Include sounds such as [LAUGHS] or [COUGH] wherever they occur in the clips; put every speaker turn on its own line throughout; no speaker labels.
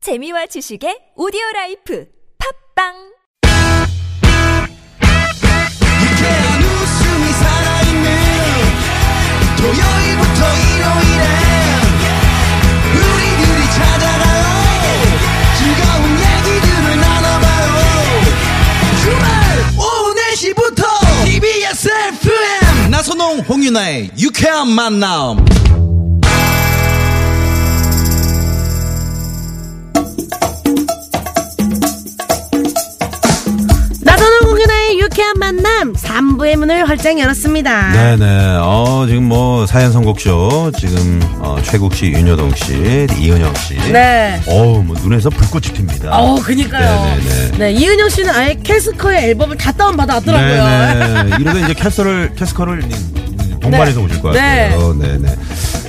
재미와 지식의 오디오 라이프 팝빵!
유쾌한 웃음이 살아있는 토요일부터 일요일에 우리들이 찾아가요 즐거운 얘기들을 나눠봐요 주말 오후 4시부터 TBS FM 나선홍 홍윤아의 유쾌한 만남
나선호 공연의 유쾌한 만남 3부의 문을 활짝 열었습니다.
네네. 어, 지금 뭐, 사연 선곡쇼. 지금, 어, 최국 씨, 윤여동 씨, 이은영 씨.
네.
어우, 뭐, 눈에서 불꽃이 튑니다.
어, 그니까요.
네네네.
네, 이은영 씨는 아예 캐스커의 앨범을 다 다운받아왔더라고요.
네네. 이러다 이제 캐스터를, 캐스커를 동반해서 오실 것
네.
같아요. 네. 네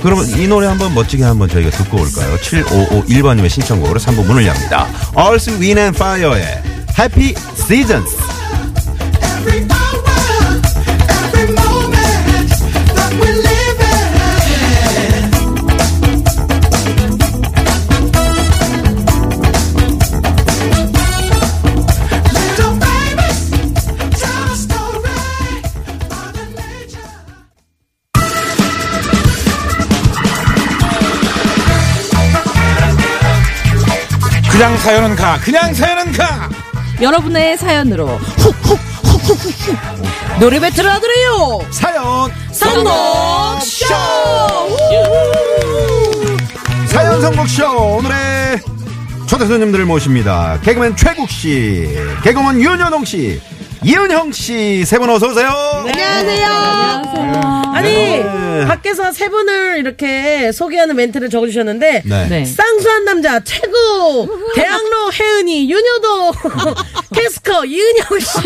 그러면 이 노래 한번 멋지게 한번 저희가 듣고 올까요? 7551번님의 신청곡으로 3부 문을 엽니다. 얼스 윈 앤 파이어의 해피 시즌스.
Every hour, every moment that we live in Little babies, tell a story, Mother Nature.
그냥 사연은 가 아, 그냥 사연은 가
여러분의 사연으로 훅훅훅훅훅 노래 배틀을 하드래요.
사연!
선곡쇼!
사연 선곡쇼 오늘의 초대 손님들을 모십니다. 개그맨 최국 씨, 개그맨 윤여동 씨, 이은형 씨 세 분 어서 오세요.
안녕하세요. 아니,
네.
밖에서 세 분을 이렇게 소개하는 멘트를 적어주셨는데,
네. 네.
쌍수한 남자 최고 대학로 혜은이 [LAUGHS] 윤여도 캐스커 이은영
[LAUGHS]
씨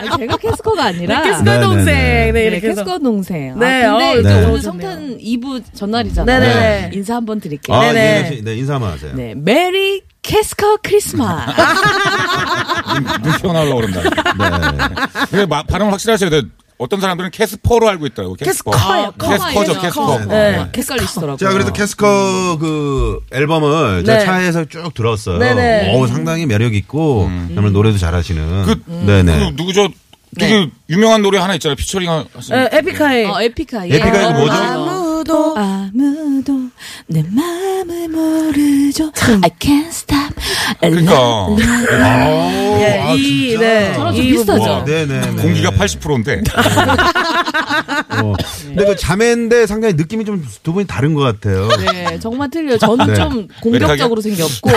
아니, 제가 캐스커가 아니라
캐스커
네, 네,
동생
네.
네
네,
이렇게 해서
캐스커 동생.
네,
아, 근데
어,
이제
네.
오늘 성탄 2부 전날이잖아요.
네네네.
인사 한번 드릴게요.
아,
네.
네네.
이은영 씨, 네, 인사 한번 하세요. 네.
네, 메리 캐스커
아.
크리스마스.
눈 튀어나오려고
[LAUGHS]
그런다 그래, 마- 발음을 확실히 하셔야 돼 어떤 사람들은 캐스퍼로 알고 있더라고 캐스퍼
캐스커요.
아, 캐스퍼죠 캐스퍼
네.
네.
헷갈리시더라고요.
제가 그래서 캐스커 그 앨범을 제가
네.
차에서 쭉 들었어요.
네네.
어우, 상당히 매력 있고 정말 노래도 잘하시는.
그-
네네.
그 누구 저
네.
되게 유명한 노래 하나 있잖아요 피처링 하시는
에, 에픽하이
어, 에픽하이.
에픽하이 그 뭐죠?
아무도
아무도 내 마음을 모르죠. I can't stop. I
그러니까
네. 예,
아,
이,
진짜.
네.
저랑 좀
이
비슷하죠?
와, 네네.
공기가 80%인데
네.
어. 근데 그 자매인데 상당히 느낌이 좀 두 분이 다른 것 같아요.
네, 정말 틀려요. 저는
네.
좀 공격적으로 생겼고,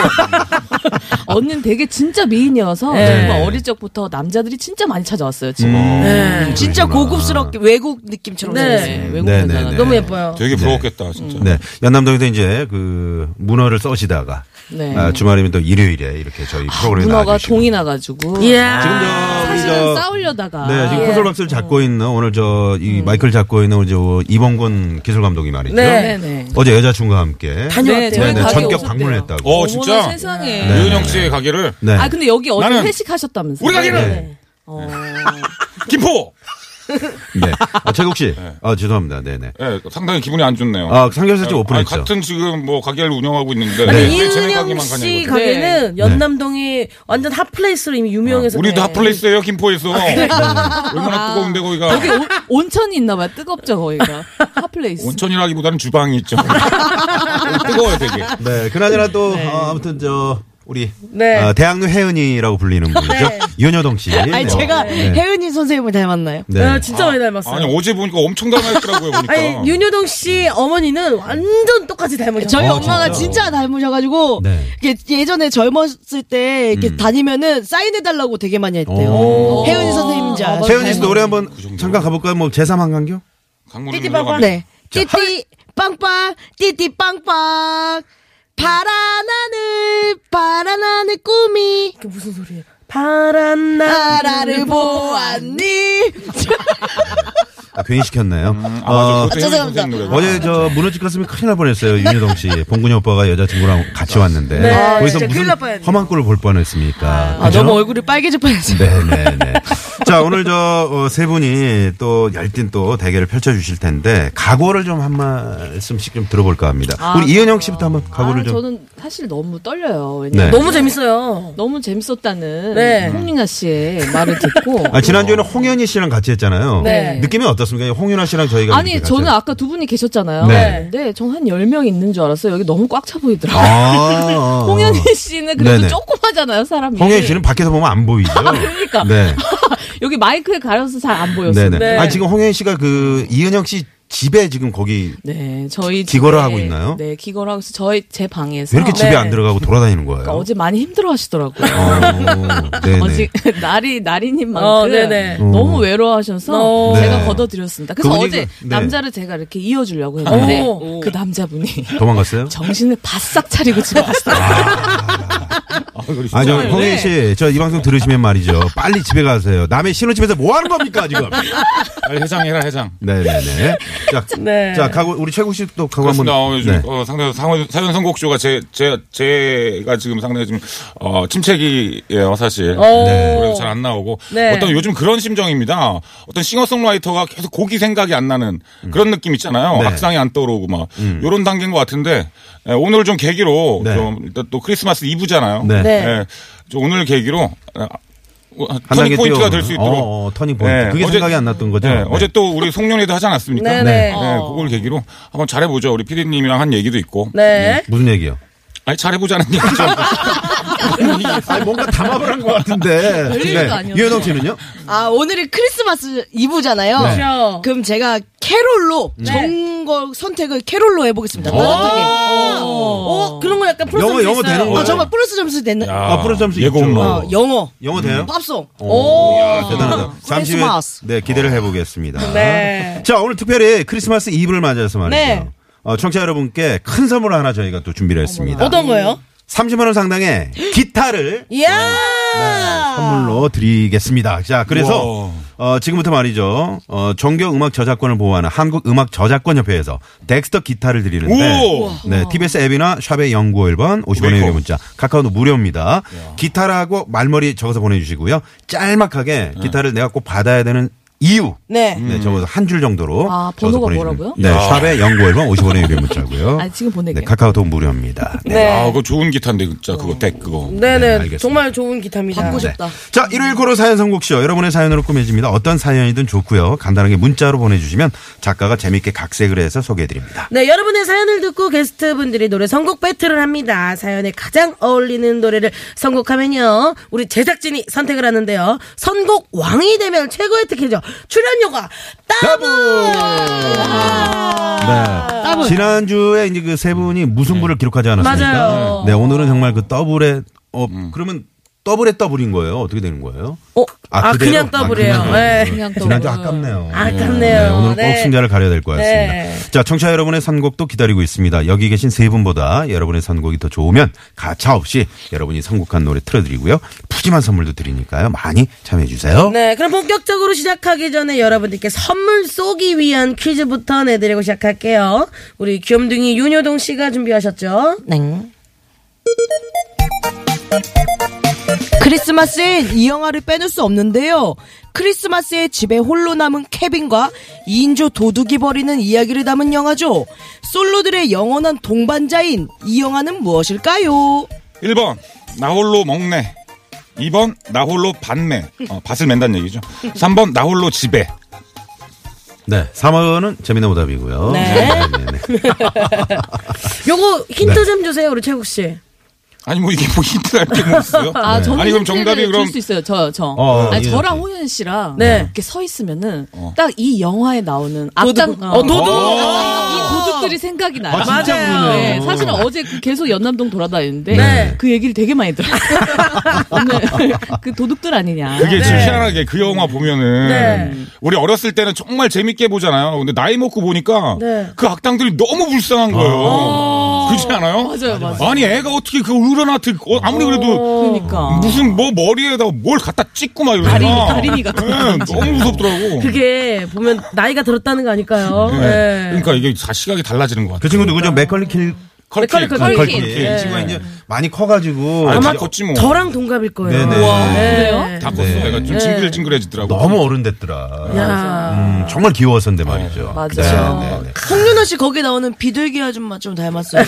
[LAUGHS] 언니는 되게 진짜 미인이어서,
네.
정말 어릴 적부터 남자들이 진짜 많이 찾아왔어요, 지금. 네. 진짜
음. 그러시구나.
고급스럽게 외국 느낌처럼
네.
생겼어요. 외국
네,
남자가.
네, 네.
너무 예뻐요
되게 부러웠겠다 진짜
네. 연남동에서 이제 그 문어를 써시다가
네. 아,
아, 주말이면 또 일요일에 이렇게 저희 프로그램에
문어가
나와주시고
동이 나가지고.
이야
지금 저 우리
사실은 아,
저
싸우려다가. 예.
네, 지금 콘솔 박스를
음.
잡고 있는 오늘 저 이 마이크를 잡고 있는 우리 저 이범권 기술 감독이 말이죠.
네.
네, 네.
어제 여자친구와 함께
네, 저희
네네,
가게
전격
오셨대요.
방문했다고.
어 진짜
어머나 세상에.
네.
유은영 씨의 가게를
네.
아, 근데 여기 어제
나는
회식하셨다면서요?
우리 가게를
네. 어.
[LAUGHS] 김포
네. 아, 최국 씨. 아, 죄송합니다. 네, 네.
네, 상당히 기분이 안 좋네요
아, 삼겹살집
아니,
오픈했죠.
같은 지금 뭐 가게를 운영하고 있는데
아니
왜 쟤네
이은영
가게만 가냐고.
씨 가게는 연남동이 완전 핫플레이스로 이미 유명해서
아,
네.
우리도
그래.
핫플레이스예요 김포에서 네. 얼마나 뜨거운데 거기가
여기 온- 온천이 있나봐요. 뜨겁죠, 거기가. 핫플레이스.
온천이라기보다는 주방이 있죠. [LAUGHS] 뜨거워요, 되게.
네. 그나저나 또 아, 아무튼 저 우리
네.
아, 대학로 혜은이라고 불리는 분이죠.
네.
윤여동 씨.
아니
네.
제가
네.
어,
혜은이 선생님을 닮았나요?
네.
아, 진짜 많이 닮았어요
아니, 어제 보니까 엄청 닮아있더라고요, 보니까.
아니 윤효동 씨 어머니는 완전 똑같이 닮으셨어요
저희 엄마가 진짜 닮으셔가지고
네.
이게 예전에 젊었을 때 이렇게 다니면은 사인해달라고 되게 많이 했대요.
오.
혜은이 선생님인 줄 알아요.
최현희 씨
네.
노래 한번 잠깐 가볼까요? 뭐 제3한강교?
강물을
띠띠빵빵.
흘러가는-
네. 띠띠 빵빵 띠띠 빵빵 파란 하늘 파란 하늘 꿈이
그게 무슨 소리예요
음.
바란 나라를
나라를 보았니
아, 괜히 시켰네요.
아, 맞아.
어,
그것도
아,
혜은이
죄송합니다.
선생님 노래구나.
어제 저 무너질 것 같으면 큰일 날 뻔했어요. 윤여동 씨. 봉근이 오빠가 여자친구랑 같이 왔는데.
아,
거기서
진짜 큰일
무슨
날 뻔했네.
험한 꼴을 볼 뻔했습니까.
아, 너무 얼굴이 빨개질 뻔했어요.
네네네. 자, 오늘 저, 어, 세 분이 또 열띤 또 대결을 펼쳐주실 텐데, 각오를 좀 한 말씀씩 좀 들어볼까 합니다. 우리 이은영 씨부터 한번 각오를
아,
좀.
저는 사실 너무 떨려요.
네.
왜냐면
너무 재밌어요.
너무 재밌었다는
네.
홍윤아 씨의 말을 듣고
아, 지난주에는 홍현희 씨랑 같이 했잖아요.
네.
느낌이 어떻습니까? 홍윤아 씨랑 저희가.
아니
이렇게
저는
같이
아까 두 분이 계셨잖아요.
네.
근데 전한 10명 있는 줄 알았어요. 여기 너무 꽉 차 보이더라고요.
아.
홍현희 씨는 그래도
네네.
조그마잖아요, 사람이.
홍현희 씨는 밖에서 보면 안 보이죠.
그러니까
네.
[LAUGHS] 여기 마이크에 가려서 잘 안 보였어요.
네네.
네.
아, 지금 홍현희 씨가 그, 이은영 씨 집에 지금 거기
네, 저희
기거를
집에-
하고 있나요?
네, 기거를 하고 있어. 저희 제 방에서
왜 이렇게 집에
네.
안 들어가고 돌아다니는 거예요?
아, 그러니까 어제 많이 힘들어 하시더라고요.
어, 네네.
[LAUGHS] 어제 날이 날이님만큼
어, 네네. 어.
너무 외로워하셔서
네.
제가 걷어드렸습니다. 그래서
그분이
어제
그- 네.
남자를 제가 이렇게 이어주려고 했는데
오.
그 남자분이 [LAUGHS]
도망갔어요?
정신을 바싹 차리고 집에 왔어요.
아, 그러시죠.
아, 저,
네.
홍현 씨, 저 이 방송 들으시면 말이죠. 빨리 집에 가세요. 남의 신혼집에서 뭐 하는 겁니까, 지금?
빨리 해장해라, 해장.
네네네. 자, 자, 가고, 우리 최국 씨도 가고 한 번.
그렇습니다. 어, 요즘
네.
어, 상당히 상원, 사연 선곡쇼가 제, 제, 제가 지금 상당히 좀, 어, 침체기예요 사실.
네.
그래서 잘 안 나오고.
네.
어떤 요즘 그런 심정입니다. 어떤 싱어송라이터가 계속 곡이 생각이 안 나는 그런 느낌 있잖아요.
음. 네. 음.
악상이 안 떠오르고 막. 요런 단계인 것 같은데, 예, 오늘 좀 계기로,
네.
좀, 일단 또 크리스마스 이브잖아요.
네.
네.
예, 저 오늘 계기로, 예,
한 단계
터닝 포인트가
뛰어오르는.
될 수 있도록.
어, 어, 터닝 포인트. 그게 생각이 안 났던 거죠?
네,
네.
어제 또 우리 송년회도 하지 않았습니까?
네네. 네.
그걸 계기로 한번 잘해보죠. 우리 피디님이랑 한 얘기도 있고.
네.
무슨 얘기요?
아니, 잘해보자는 얘기죠.
아니, 뭔가 담합을 한 것 같은데.
별일도 아니었어요.
유현동 네. 씨는요?
아, 오늘이 크리스마스 이브잖아요.
그렇죠.
그럼 제가 캐롤로 정거 선택을 캐롤로 해보겠습니다. 따뜻하게.
어, 그런 거 약간 풀수
영어,
있어요.
영어 되는 거예요?
아, 정말 플러스 점수 됐네.
야,
앞으로 점수
예고
있죠.
홈런.
어, 영어,
영어 돼요?
팝송.
오, 야, 대단하다. 잠시 후에,
크리스마스.
네, 기대를 해보겠습니다.
네.
자, 오늘 특별히 크리스마스 이브를 맞아서 말이죠.
네.
어, 청취자 여러분께 큰 선물 하나 저희가 또 준비를 했습니다.
어떤 거요?
30만원 상당의 기타를 네.
이야!
선물로 드리겠습니다. 자, 그래서
아. 우와.
어, 지금부터 말이죠. 어, 정교 음악 저작권을 보호하는 한국 음악 저작권 협회에서 덱스터 기타를 드리는데
우와.
네, TBS 앱이나 샵의 0951번 50원의 유료
메이커.
문자 카카오도 무료입니다. 기타라고 말머리 적어서 보내 주시고요. 짤막하게
네.
기타를 내가 꼭 받아야 되는 이유
네.
네, 적어서 한 줄 정도로
아,
적어서
번호가
보내주면-
뭐라고요?
네, 샵의 0951번 50원의 유료 문자고요.
아니, 지금 보낼게요.
네, 카카오톡
[LAUGHS]
무료입니다. [LAUGHS] 네.
아, 그거 좋은 기타인데, 진짜 그거, 덱 그거.
네,
네네.
알겠습니다.
정말 좋은 기타입니다.
받고
네.
싶다.
자, 일요일 코로 사연 선곡쇼. 여러분의 사연으로 꾸며집니다. 어떤 사연이든 좋고요. 간단하게 문자로 보내주시면 작가가 재밌게 각색을 해서 소개해드립니다.
네, 여러분의 사연을 듣고 게스트분들이 노래 선곡 배틀을 합니다. 사연에 가장 어울리는 노래를 선곡하면요. 우리 제작진이 선택을 하는데요. 선곡 왕이 되면 최고의 특혜죠. 출연료가 따블!
네. 지난주에 이제 그 세 분이 무승부를 기록하지 않았습니까?
맞아요.
네, 오늘은 정말 그 더블에, 어, 그러면 더블에 더블인 거예요? 어떻게 되는 거예요?
어? 아, 그냥
그대로?
더블이에요.
그냥
네.
더블. 아,
그냥
지난주
더블.
아깝네요.
아깝네요.
네, 오늘 꼭
네.
승자를 가려야 될 것 같습니다.
네.
자, 청취자 여러분의 선곡도 기다리고 있습니다. 여기 계신 세 분보다 여러분의 선곡이 더 좋으면 가차 없이 여러분이 선곡한 노래 틀어드리고요. 푸짐한 선물도 드리니까요. 많이 참여해주세요.
네, 그럼 본격적으로 시작하기 전에 여러분들께 선물 쏘기 위한 퀴즈부터 내드리고 시작할게요. 우리 귀염둥이 윤효동 씨가 준비하셨죠?
크리스마스엔 이 영화를 빼놓을 수 없는데요. 크리스마스에 집에 홀로 남은 케빈과 2인조 도둑이 벌이는 이야기를 담은 영화죠. 솔로들의 영원한 동반자인 이 영화는 무엇일까요?
1번, 나 홀로 먹네. 2번, 나 홀로 반매. 어, 밭을 맨다는 얘기죠. 3번, 나 홀로 집에.
네. 3번은 재미난 오답이고요.
네.
네.
요거 힌트 좀 주세요, 우리 최국 씨.
아니, 뭐 이게 뭐 힌트가 이렇게 뭐 있어요?
아, 저는
아니, 그럼
힌트를
정답이
줄
그럼.
수 있어요. 저, 저.
어,
아니,
예,
저랑
예.
호연 씨랑
네.
이렇게 서 있으면은 딱 이 영화에 나오는 앞장
도둑. 어, 도둑.
이 도둑들이 생각이 나요.
아, 진짜
맞아요.
그러네요.
네, 사실은 어제 그 계속 연남동 돌아다니는데
네.
그 얘기를 되게 많이 들었어요. 오늘 [LAUGHS] 그 도둑들 아니냐.
그게 좀 희한하게 그 영화 보면은
네.
우리 어렸을 때는 정말 재밌게 보잖아요. 근데 나이 먹고 보니까
네.
그 악당들이 너무 불쌍한 거예요. 그렇지 않아요?
아. 맞아요, 맞아요.
아니 애가 어떻게 그 우러나트 어, 아무리 그래도
그러니까.
무슨 뭐 머리에다가 뭘 갖다 찍고 막 이러잖아.
다리니, 다리니 같은
예, 너무 무섭더라고.
그게 보면 나이가 들었다는 거 아닐까요?
예.
예.
그러니까 이게 다 시각이 달라지는 것 같아.
그 친구 누구죠? 맥컬리 킬
컬킨,
그러니까. 컬킨, 네. 컬킨.
컬킨. 컬킨.
이 친구가 이제 많이 커가지고
아니,
아마
다 컸지 뭐.
저랑 동갑일 거예요.
네네. 우와.
그래요?
다 컸어. 애가 좀 징글징글해지더라고.
너무 어른 됐더라.
야. 어,
음, 정말 귀여웠었는데 말이죠.
맞아요.
네, 네, 네.
홍윤아 씨 거기 나오는 비둘기 아줌마 좀 닮았어요.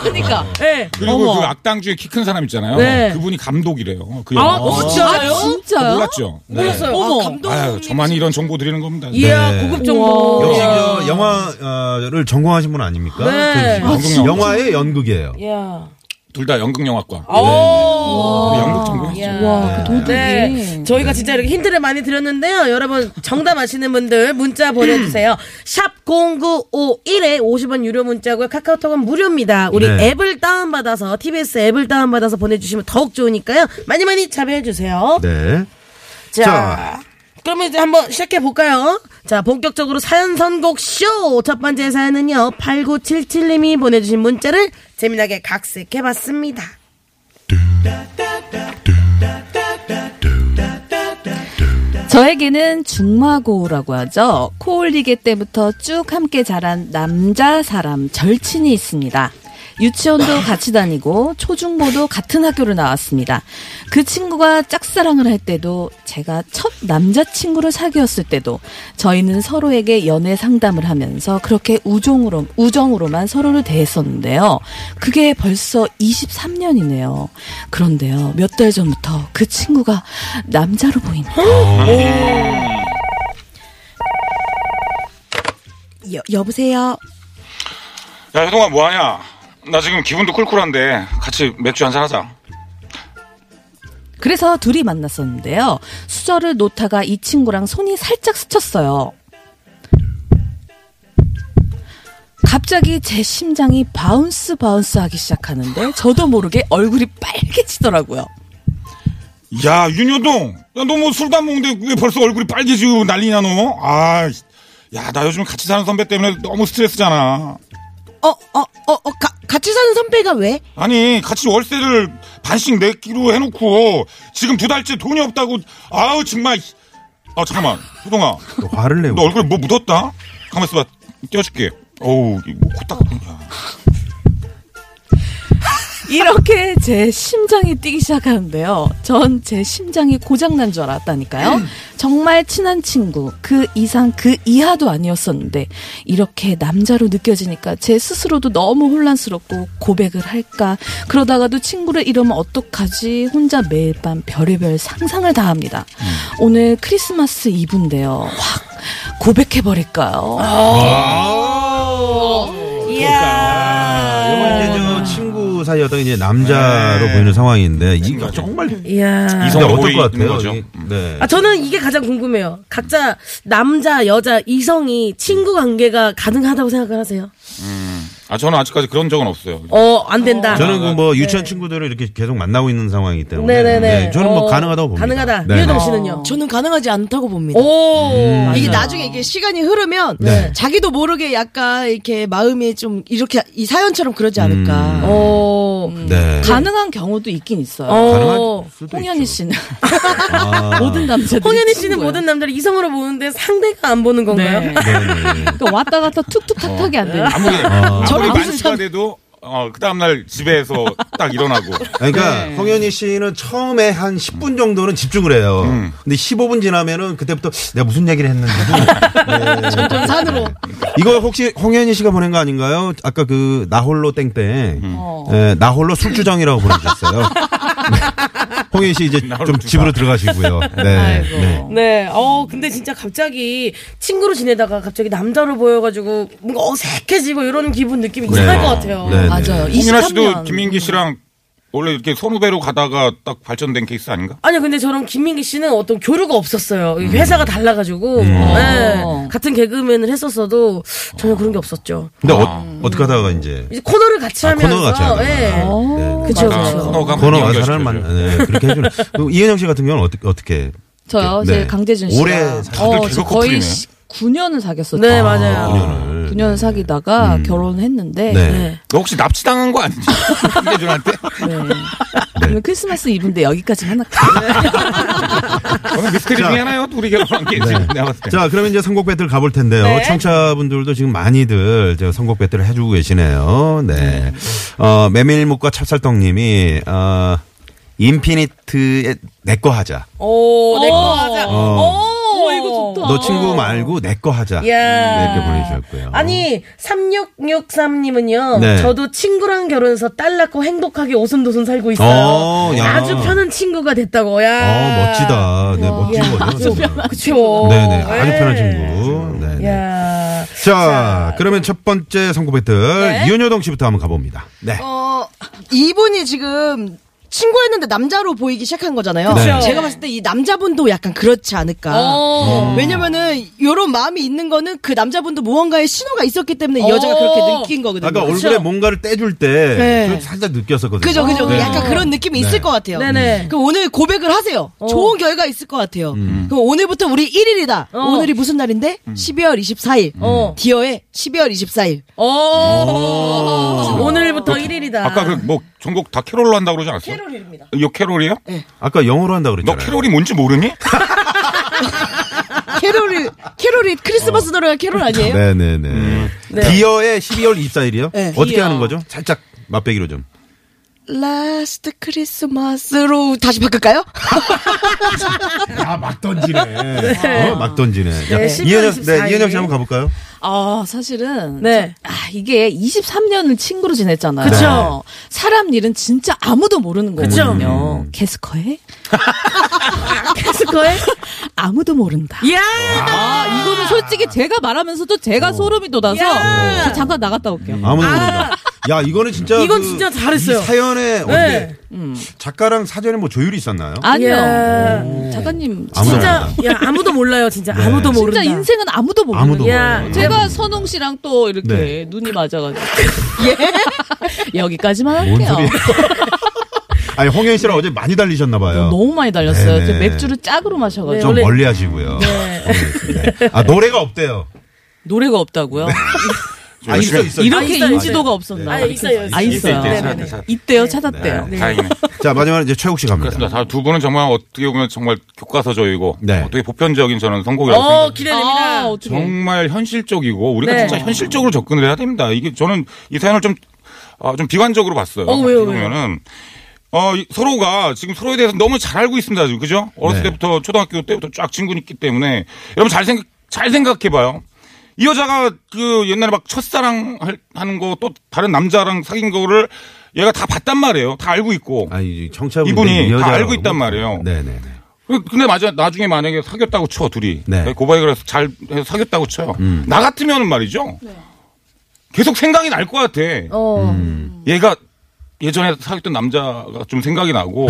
그러니까.
예.
그리고
어머.
그 악당 중에 키 큰 사람 있잖아요.
네.
그분이 감독이래요. 그
아,
영화.
어,
아,
진짜요?
진짜요?
몰랐죠.
몰랐어요.
어머.
감독.
아유, 저만 이런 정보 드리는 겁니다.
이야,
네.
고급
역시
정보.
저 영화를 전공하신 분 아닙니까?
네. 예.
그
아, 진짜?
영화의 연극이에요.
야.
둘 다 연극영화과.
아. 오.
연극
예.
전공이죠.
와, 그 도둑이.
네. 저희가 진짜 이렇게 힌트를 많이 드렸는데요. 여러분, 정답 아시는 분들 문자 보내주세요. 샵 0951에 50원 유료 문자고요. 카카오톡은 무료입니다. 우리
네.
앱을 다운받아서, TBS 앱을 다운받아서 보내주시면 더욱 좋으니까요. 많이 많이 참여해주세요.
네.
자. 그러면 이제 한번 시작해 볼까요? 자, 본격적으로 사연 선곡 쇼! 첫 번째 사연은요, 8977님이 보내주신 문자를 재미나게 각색해 봤습니다.
저에게는 중마고라고 하죠. 코 올리게 때부터 쭉 함께 자란 남자 사람 절친이 있습니다. 유치원도 같이 다니고 초중고도 같은 학교를 나왔습니다. 그 친구가 짝사랑을 할 때도 제가 첫 남자친구를 사귀었을 때도 저희는 서로에게 연애 상담을 하면서 그렇게 우정으로 우정으로만 서로를 대했었는데요. 그게 벌써 23년이네요. 그런데요. 몇 달 전부터 그 친구가 남자로 보입니다. 여, 여보세요.
야, 효동아, 뭐하냐? 나 지금 기분도 쿨쿨한데 같이 맥주 한잔 하자.
그래서 둘이 만났었는데요. 수저를 놓다가 이 친구랑 손이 살짝 스쳤어요. 갑자기 제 심장이 바운스 바운스 하기 시작하는데 저도 모르게 얼굴이 빨개지더라고요.
야, 윤효동! 야, 너 뭐 술도 안 먹는데 왜 벌써 얼굴이 빨개지고 난리냐, 너? 아, 야, 나 요즘 같이 사는 선배 때문에 너무 스트레스잖아.
어, 어, 어, 어, 가- 같이 사는 선배가 왜?
아니, 같이 월세를 반씩 내기로 해놓고 지금 두 달째 돈이 없다고, 아우, 정말. 아, 잠깐만. 효동아,
또 화를 내고.
너 얼굴에 뭐 묻었다? 가만 있어봐. 띄워줄게. 어우, 이거 코딱. 야.
이렇게 제 심장이 뛰기 시작하는데요. 전 제 심장이 고장난 줄 알았다니까요. 정말 친한 친구, 그 이상 그 이하도 아니었었는데, 이렇게 남자로 느껴지니까 제 스스로도 너무 혼란스럽고 고백을 할까. 그러다가도 친구를 잃으면 어떡하지? 혼자 매일 밤 별의별 상상을 다 합니다. 오늘 크리스마스 이브인데요. 확 고백해버릴까요?
아. 이건 이제 저 친구 사이 어떤 이제 남자로
네.
보이는 상황인데 이거 정말
이야.
이성으로
근데
보이는 거죠. 음.
이- 네.
아, 저는 이게 가장 궁금해요. 각자 남자, 여자, 이성이 친구 관계가 가능하다고 생각을 하세요?
아, 저는 아직까지 그런 적은 없어요.
어, 안 된다.
저는 그뭐 유치원 친구들을 이렇게 계속 만나고 있는 상황이기 때문에
네네네.
네, 저는 뭐
어,
가능하다고 봅니다.
가능하다.
네.
유효동 씨는요?
저는 가능하지 않다고 봅니다.
오.
음.
아, 이게 나중에 이게 시간이 흐르면
네.
자기도 모르게 약간 이렇게 마음이 좀 이렇게 이 사연처럼 그러지 않을까.
음.
오.
네.
음, 가능한 경우도 있긴 있어요.
가능할 수도
홍현희
있죠.
씨는
아.
모든 남자들
홍현희 씨는 모든 남자를 이성으로 보는데 상대가 안 보는 건가요?
네.
네.
그러니까 왔다 갔다 툭툭 탁탁이 안 돼요.
아무리, 아무리
저랑 무슨
만취가 돼도, 어, 그 다음날 집에서 딱
[LAUGHS]
일어나고.
그러니까 홍현희 씨는 처음에 한 10분 정도는 집중을 해요.
음.
근데 15분 지나면은 그때부터 내가 무슨 얘기를 했는지 네.
점점 산으로.
이거 혹시 홍현희 씨가 보낸 거 아닌가요? 아까 그 나홀로 땡땡
음.
예, 나홀로 술주정이라고 보내주셨어요. 네. 홍현희 씨 이제 좀
나홀로 주정.
집으로 들어가시고요. 네. 네.
네. 어, 근데 진짜 갑자기 친구로 지내다가 갑자기 남자로 보여가지고 뭔가 어색해지고 뭐 이런 기분 느낌 이상할 것 같아요.
네, 네.
맞아요.
홍윤아 씨도
23년.
김민기 씨랑 원래 이렇게 선후배로 가다가 딱 발전된 케이스 아닌가?
아니 근데 저랑 김민기 씨는 어떤 교류가 없었어요. 이 회사가 달라가지고
음.
네.
어.
같은 개그맨을 했었어도 전혀 그런 게 없었죠.
근데
아.
어, 어떻게 하다가 이제
이제 코너를 같이
아,
하면서
코너가 같이 네. 하다가.
예.
어.
그쵸
아,
그쵸.
코너가 많이
번호가 사람을
연결시켜줘요.
만 네, 그렇게 해주는. 그 이은영 씨 같은 경우는 어떻게 어떻게?
저요.
네.
이제 강재준 씨가
올해
다들
어,
계속
저 거의
커플이네.
9년을 사귀었었죠.
네 맞아요.
사연을.
9년 사귀다가
음.
결혼했는데
네.
네.
너 혹시 납치당한 거 아니지?
[LAUGHS]
김대준한테?
오늘 크리스마스 이브인데
[LAUGHS]
여기까지 하나
저는 미스터리
자. 네.
중에 하나요. 우리 결혼한 네, 게 지금 내가 봤을 때.
자, 그러면 이제 선곡 배틀 가볼 텐데요. 청취자분들도 지금 많이들 저 선곡 배틀을 해주고 계시네요. 네. 어, 메밀묵과 찹쌀떡님이, 어, 인피니트에 내 거 하자.
오, 내거 하자.
어.
어.
오, 어. 이거 좋다.
너 친구 말고 내 거 하자. 네, 이렇게 보내주셨고요.
아니, 3663님은요,
네.
저도 친구랑 결혼해서 딸 낳고 행복하게 오순도순 살고 있어요.
어, 야.
아주 편한 친구가 됐다고, 야.
어, 멋지다. 네, 멋진 거죠.
그쵸.
네네. 아주
예.
편한 친구. 네네.
야
자, 그러면 첫 번째 선곡 배틀. 윤여동 씨부터 한번 가봅니다. 네.
어, 이분이 지금 친구였는데 남자로 보이기 시작한 거잖아요.
네. 그쵸.
제가 봤을 때 이 남자분도 약간 그렇지 않을까.
어.
음.
왜냐면은 이런 마음이 있는 거는 그 남자분도 무언가의 신호가 있었기 때문에 이
어.
여자가 그렇게 느낀 거거든요.
아까 얼굴에 뭔가를 떼줄 때
그렇죠. 네.
좀 살짝 느꼈었거든요.
그죠, 그죠.
네.
약간 그런 느낌이 있을 것 같아요.
네네.
그럼 오늘 고백을 하세요. 좋은 결과 있을 것 같아요.
음.
그럼 오늘부터 우리 1일이다. 오늘이 무슨 날인데? 12월 24일.
음.
디어의 12월 24일.
오늘부터 1일이다.
아까 그 뭐 전곡 다 캐롤로 한다고 그러지 않았어?
캐롤입니다. 네.
요 캐롤이요?
아까 영어로 한다
너
그랬잖아요. 아,
캐롤이 뭔지 모르니?
캐롤이, 캐롤이 크리스마스 노래가 캐롤 아니에요?
네네네. 디어의 12월 24일이요?
네.
어떻게
디어.
하는 거죠? 살짝 맛배기로 좀.
라스트 크리스마스로 다시 바꿀까요?
아, 막 던지네. 어, 막 던지네.
네,
자,
12월
이현영, 네,
24일.
이현영 씨 한번 가볼까요?
아, 사실은.
네.
저- 아, 이게 23년을 친구로 지냈잖아요.
그쵸.
사람 일은 진짜 아무도 모르는
그쵸.
거거든요. 캐스커에
캐스커에?
아무도 모른다.
야
아, 이거는 솔직히 제가 말하면서도 제가 소름이 돋아서 저 잠깐 나갔다 올게요.
아무도 모른다. 야, 이거는 진짜. 그
이건 진짜 잘했어요.
이 사연에
네.
어떻게 작가랑 사전에 뭐 조율이 있었나요?
이야.
아니요. 작가님.
아무도
진짜,
모른다. 네.
야, 아무도 몰라요, 진짜. 아무도 모른다.
진짜 인생은 아무도 모르는
아무도
거예요.
야,
몰라요.
제가 선홍 씨랑 또 이렇게
네.
눈이 맞아가지고. 예. 여기까지만
뭔
할게요.
소리예요? 아니, 홍현 씨랑 어제 많이 달리셨나봐요.
너무 많이 달렸어요.
네네. 네,
저 맥주를 짝으로 마셔가지고.
좀
원래-
멀리 하시고요. 네. 아, 노래가 없대요.
노래가 없다고요?
아, 있어, 네. 있어. 있어.
이렇게
있어요,
인지도가 없었나?
아, 있어요,
아,
있어요.
있어요.
있어요, 있어요. 네네네.
이때요, 찾았대요.
네.
다행이네.
자, 마지막으로 이제 최국 씨 갑니다.
그렇습니다. 다 두 분은 정말 어떻게 보면 정말 교과서적이고
네.
어떻게 보편적인 저는 선곡이라고
어,
생각합니다.
기대됩니다.
아, 어떻게.
정말 현실적이고 우리가
네.
진짜 현실적으로 접근을 해야 됩니다. 이게 저는 이 사연을 좀, 아, 좀 비관적으로 봤어요.
어, 왜요, 왜요?
보면은 어, 이- 서로가 지금 서로에 대해서 너무 잘 알고 있습니다. 지금 그죠? 어렸을
네.
때부터 초등학교 때부터 쫙 친구있기 때문에 여러분 잘 생각 잘 생각해 봐요. 이 여자가 그 옛날에 막 첫사랑 할- 하는 거 또 다른 남자랑 사귄 거를 얘가 다 봤단 말이에요. 다 알고 있고.
아니, 청취자분
이분이 다 알고 있단 말이에요.
네네네.
그- 근데 맞아 나중에 만약에 사귀었다고 쳐 둘이 그
네. 음.
고백을 해서 잘 해서 사귀었다고 쳐요 나 같으면 말이죠 계속 생각이 날 것 같아
어.
음.
음.
얘가 예전에 사귀었던 남자가 좀 생각이
[LAUGHS]
나고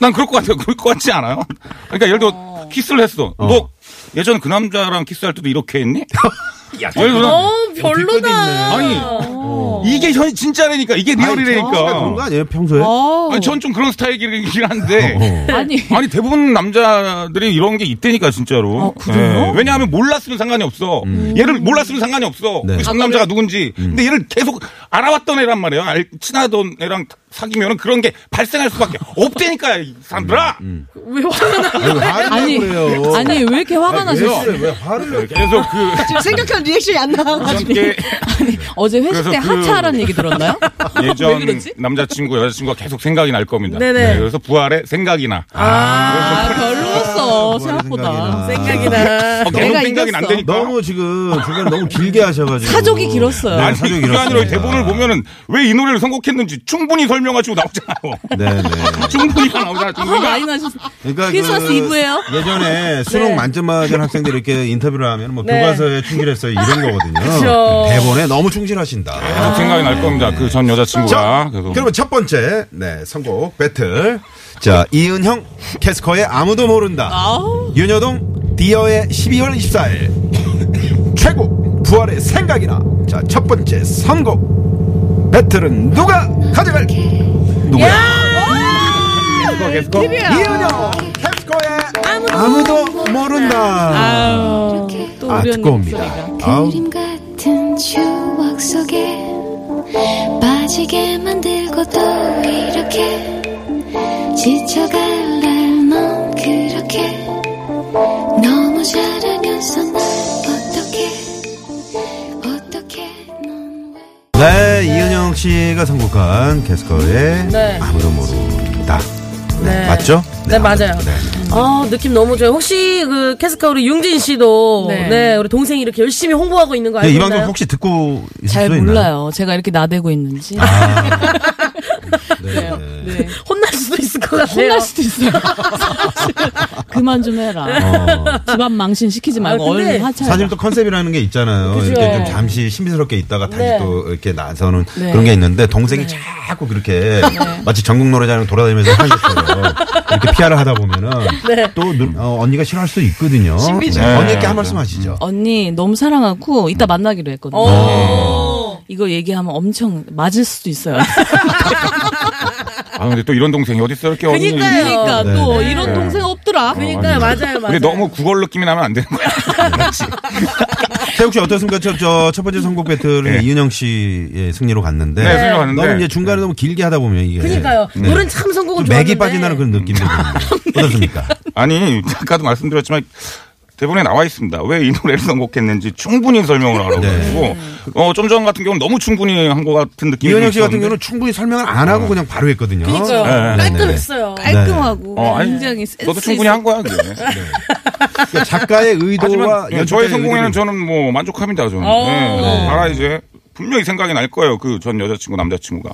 난 그럴 것 같아요 그럴 것 같지 않아요 그러니까 예를 들어 키스를 했어 너 예전 그 남자랑 키스할 때도
[LAUGHS]
이렇게 했니 예를 들어
어,
뭐
별로다.
아니 이게 현 진짜라니까 이게
그런 거 어,
리얼이라니까
아니에요, 평소에?
어.
아니, 전 좀 그런 스타일이긴 한데
아니.
[LAUGHS] 아니 대부분 남자들이 이런 게 있다니까 진짜로.
아, 그래요? 음.
예. 왜냐하면 몰랐으면 상관이 없어. 얘를 몰랐으면 상관이 없어.
네.
그 상남자가 누군지. 근데 얘를 계속 알아왔던 애란 말이야. 알- 친하던 애랑 사귀면 그런 게 발생할 수밖에 없다니까 이 사람들아.
왜 화가 나?
아니,
아니,
그래요.
아니, 왜 이렇게 화가 나셨어?
왜 화를 내요?
그래서 그
[LAUGHS]
지금 생각한 리액션이 안 아, 나와가지고.
함께
아니, 어제 회식
그래서
때
그-
하차하라는 얘기 들었나요? 왜
예전
그러지?
남자친구 여자친구가 계속 생각이 날 겁니다.
네네.
네, 그래서 부활의 생각이나.
아, 별로였어, 생각보다.
생각이 나.
어, 계속
내가
생각이 안
이겼어.
되니까.
너무 지금 중간에 너무 길게 하셔가지고.
사족이 길었어요.
네,
아니,
사족이
그게
길었어요.
아니라 대본을 보면은 왜 이 노래를 선곡했는지 충분히 설명하시고 나오잖아요.
네네.
충분히 나오잖아.
화
충분히.
많이 나셨어.
그러니까
크리스마스
그
이브예요? 네.
예전에 수능 만점 맞은 학생들 이렇게 인터뷰를 하면 뭐
네.
교과서에 충실했어요 이런 거거든요.
그쵸.
대본에 너무 충실하신다.
계속 생각이 날 겁니다. 그 전 여자친구가.
자,
계속.
그러면 첫 번째 네 선곡 배틀. 자 이은형 캐스커의 아무도 모른다.
아우.
윤여동 디어의 12월 24일 최고 부활의 생각이나. 자 첫 번째 선곡 배틀은 누가 가져갈? 누구야? 음, 이은형 캐스커의 아무도, 모른다.
아유, 또
아
우리
듣고
언니
옵니다. 아우.
그림 같은 같은 추억 속에 빠지게 만들고 또 이렇게 지쳐갈 날넌 그렇게 너무 잘하면서 날 어떻게 어떻게 넌왜
네, 이은영 씨가 선곡한 캐스커의
네.
아무도 모른다. 네,
네.
맞죠?
네, 맞아요.
아무도- 네.
아, 느낌 너무 좋아요. 혹시 그 캐스카 우리 융진 씨도 네,
네.
우리 동생이 이렇게 열심히 홍보하고 있는 거
네,
알고
이
있나요?
방송 혹시 듣고 있을
잘
수 있나요?
몰라요. 제가 이렇게 나대고 있는지.
네.
네.
혼날 수도 있을 것 같아요.
혼날 수도 있어요. [LAUGHS] 그만 좀 해라.
어,
집안 망신 시키지 말고
아, 근데
얼른 하차해.
사실 또 컨셉이라는 게 있잖아요. 이렇게 좀 잠시 신비스럽게 있다가 다시
네.
또 이렇게 나서는
네.
그런 게 있는데 동생이 자꾸 그렇게
네.
마치 전국 노래자랑 돌아다니면서 하는 것처럼 이렇게 피아를 하다 보면은
네.
또 누- 어, 언니가 싫어할 수도 있거든요. 네. 언니께 한 말씀 하시죠.
어.
언니 너무 사랑하고 이따 만나기로 했거든요.
어.
네. 이거 얘기하면 엄청 맞을 수도 있어요.
아 근데 또 이런 동생이 어디 있어 이렇게 언니.
그니까요. 어,
그러니까 또
네, 네.
이런 동생 없더라.
그러니까요, 네, 맞아요, 맞아요.
근데 너무 구걸 느낌이 나면 안 되는 거야.
태욱 씨 어떻습니까? 저, 저, 첫 번째 선곡 배틀은
네.
이은영 씨의 승리로 갔는데.
네, 승리로 갔는데.
너무 이제 중간에 너무 길게 하다 보면 이게.
그러니까요.
네.
노래는 참 선곡은
좀
좋았는데.
맥이 빠진다는 그런
[LAUGHS]
느낌이 드는데. 어떻습니까?
아니 아까도 말씀드렸지만 대본에 나와 있습니다. 왜 이 노래를 선곡했는지 충분히 설명을 하라고
네.
그러고 어좀 전 같은 경우는 너무 충분히 한 것 같은 느낌이
이은영 씨 같은
있었는데
경우는 충분히 설명을 안
어.
하고 그냥 바로 했거든요.
그러니까요.
네, 네,
깔끔했어요.
깔끔하고
어, 아니,
굉장히 센스
너도 충분히 한 거야. 그게.
그러니까
[LAUGHS]
작가의 의도와
하지만 예, 저의 성공에는
좀
저는 뭐 만족합니다. 저는
오.
네.
네.
알아 이제 분명히 생각이 날 거예요. 그 전 여자친구 남자친구가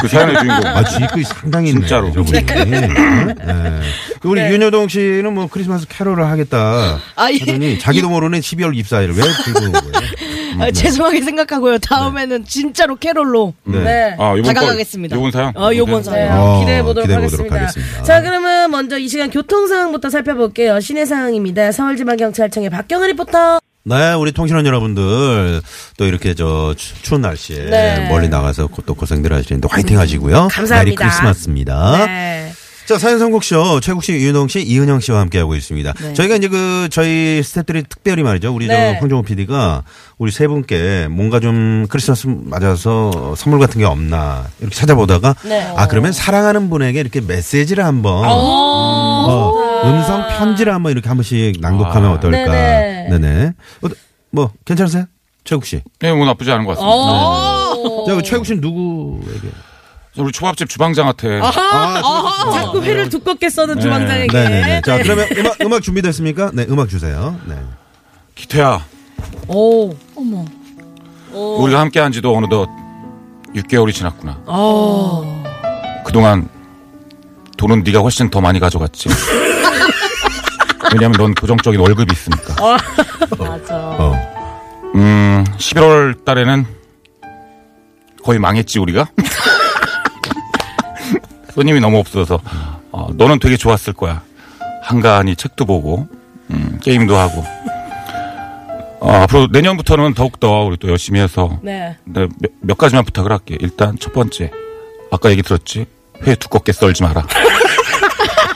그 사연의 주인공.
아, 지휘급이 상당히 있네.
진짜로.
저분이. 네. 그
네.
우리 윤여동 씨는 뭐 크리스마스 캐롤을 하겠다
아, 예.
하더니 자기도 모르는 12월 24일을 왜 들고 온
[LAUGHS]
거예요?
음,
아, 죄송하게 생각하고요. 다음에는 진짜로 캐롤로
네.
아, 요번
다가가겠습니다.
네. 거, 요번 사연.
어, 요번 사연.
네,
어,
기대해 보도록
기대해
하겠습니다.
보도록 하겠습니다.
자, 그러면 먼저 이 시간 교통 상황부터 살펴볼게요. 시내 상황입니다. 서울지방경찰청의 박경은 리포터.
네, 우리 통신원 여러분들 또 이렇게 저 추- 추운 날씨에
네.
멀리 나가서 고- 또 고생들 하시는데 화이팅 하시고요.
감사합니다.
메리 크리스마스입니다.
네.
자, 사연 선곡쇼 최국 씨, 윤동 씨, 이은영 씨와 함께하고 있습니다. 저희가 이제 그 저희 스태프들이 특별히 말이죠. 우리
네.
저 황정호 PD가 우리 세 분께 뭔가 좀 크리스마스 맞아서 선물 같은 게 없나 이렇게 찾아보다가
네.
아 그러면 사랑하는 분에게 이렇게 메시지를 한번 어, 음성 편지를 한번 이렇게 한 번씩 낭독하면 어떨까?
네네.
네네. 어, 뭐 괜찮으세요? 최국 씨.
네, 뭐 나쁘지 않은 것 같습니다.
어.
어.
자, 그 최국 씨는 누구에게?
네. 우리 초밥집 주방장한테
아, 자꾸
어.
회를 두껍게
네.
써는 주방장에게.
네네네. 자, 그러면 음악 음악 준비됐습니까? 네, 음악 주세요. 네.
기태야,
오.
어머.
우리가 함께한 지도 어느덧 6개월이 지났구나.
어.
그동안 돈은 네가 훨씬 더 많이
[LAUGHS]
가져갔지. 왜냐면 넌 고정적인 월급이 있으니까.
어.
음, 11월 달에는 거의 망했지 우리가. [LAUGHS] 손님이 너무 없어서 어, 너는 되게 좋았을 거야. 한가하니 책도 보고 음, 게임도 하고. 어, 앞으로 내년부터는 더욱 더 우리 또 열심히 해서
네.
네, 몇, 몇 가지만 부탁을 할게. 일단 첫 번째. 아까 얘기 들었지? 회 두껍게 썰지 마라.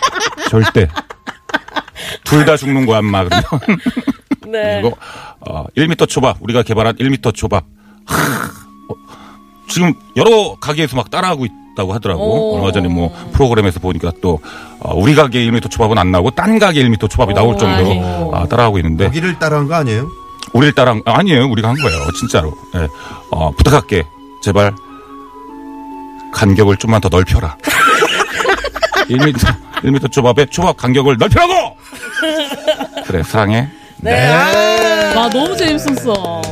[LAUGHS] 절대. 둘 다 죽는 거야, 인마. [LAUGHS] 그러면.
네.
그리고 어, 1m 초밥. 우리가 개발한 1m 초밥. 하, 어, 지금 여러 가게에서 막 따라하고 있다고 하더라고. 얼마 전에 뭐 프로그램에서 보니까 또 어, 우리 가게 1m 초밥은 안 나오고 딴 가게 1m 초밥이 나올 정도로 아, 따라하고 있는데
여기를 따라한 거 아니에요?
우리를 따라 한, 아니에요 우리가 한 거예요 진짜로 예. 어, 부탁할게 제발 간격을 좀만 더 넓혀라 [LAUGHS] 1m 1m 초밥에 초밥 간격을 넓히라고 그래 사랑해
음. 와 너무 재밌었어.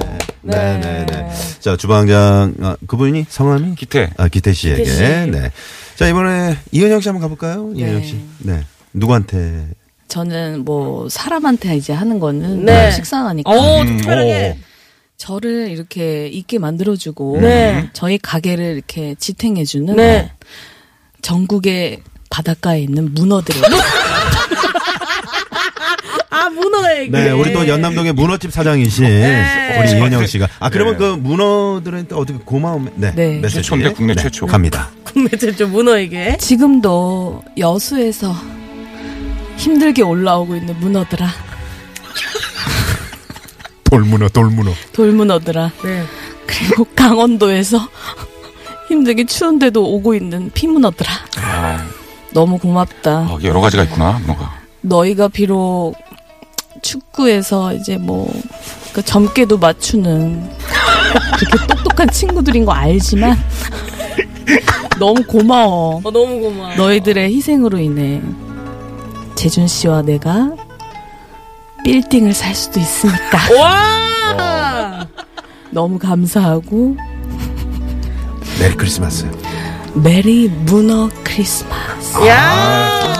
네, 네, 네. 자, 주방장 아, 그분이 성함이
기태
아, 기태 씨에게.
기태 씨.
네. 자, 이번에 이은영 씨 한번 가 볼까요? 이은영 씨. 네. 누구한테?
저는 뭐 사람한테 이제 하는 거는
네. 어.
너무 식상하니까
오,
음,
특별하게.
저를 이렇게 있게 만들어주고
네.
저희 가게를 이렇게 지탱해주는
네.
전국의 바닷가에 있는 문어들을
[LAUGHS] 아, 문어가 얘기.
네, 우리 또 연남동의 문어집 사장이신 우리 이은영 씨가. 아, 그러면
네.
그 문어들한테 어떻게 고마움 네.
네.
메시지.
최초인데, 국내 최초.
갑니다.
국내 최초 문어에게.
지금도 여수에서 힘들게 올라오고 있는 문어들아
돌문어, 돌문어.
돌문어들아.
네.
그리고 강원도에서 힘들게 추운데도 오고 있는 피문어들아. 너무 고맙다.
아, 이게 여러 가지가 있구나, 문어가.
너희가 비록 축구에서 이제 뭐, 그 점괘도 맞추는 그렇게 똑똑한 친구들인 거 알지만 너무 고마워.
어, 너무 고마워.
너희들의 희생으로 인해 재준 씨와 내가 빌딩을 살 수도 있으니까.
[LAUGHS]
어.
와!
너무 감사하고
메리 크리스마스.
메리 문어 크리스마스.
아,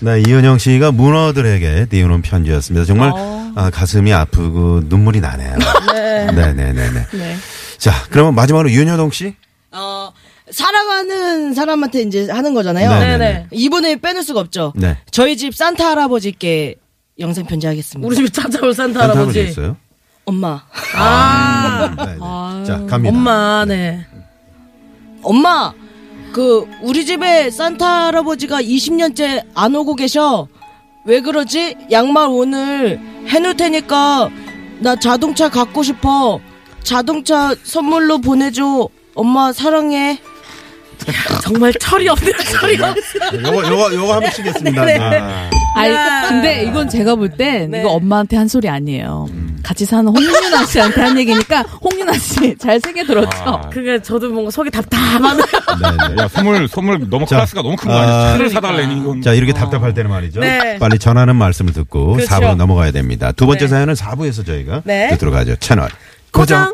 네, 이은영 씨가 문어들에게 띄우는 편지였습니다. 정말 아, 가슴이 아프고 눈물이 나네요. [LAUGHS] 네. 네네네.
네.
자, 그러면 마지막으로 윤여동 씨?
어, 사랑하는 사람한테 이제 하는 거잖아요.
네네.
이분을 빼놓을 수가 없죠.
네.
저희 집 산타 할아버지께 영상 편지하겠습니다.
우리 집에 찾아올 산타
산타 할아버지
할아버지.
있어요?
엄마,
아,
네네. 자, 갑니다.
엄마, 네.
엄마, 그 우리 집에 산타 할아버지가 20년째 안 오고 계셔. 왜 그러지? 양말 오늘 해놓을 테니까 나 자동차 갖고 싶어. 자동차 선물로 보내줘. 엄마 사랑해.
정말 철이 없네요, 철이 없어.
요거, 요거, 요거 한번 치겠습니다.
네.
아,
아니 근데 이건 제가 볼 땐 이거 엄마한테 한 소리 아니에요. 같이 사는 홍윤아 씨한테 한 얘기니까 홍윤아 씨잘 새겨 들었죠.
아,
그게 그러니까 저도 뭔가 속이 답답하네요.
네네.
야, 선물, 선물 너무
자,
클래스가 너무 큰 거 아니야?
아,
차를 사달래니, 이건.
자, 이렇게 답답할 때는 말이죠.
네.
빨리 전하는 말씀을 듣고
그렇죠.
4부로 넘어가야 됩니다. 두 번째
네.
사연은 4부에서 저희가
네.
듣도록 하죠. 채널
고정.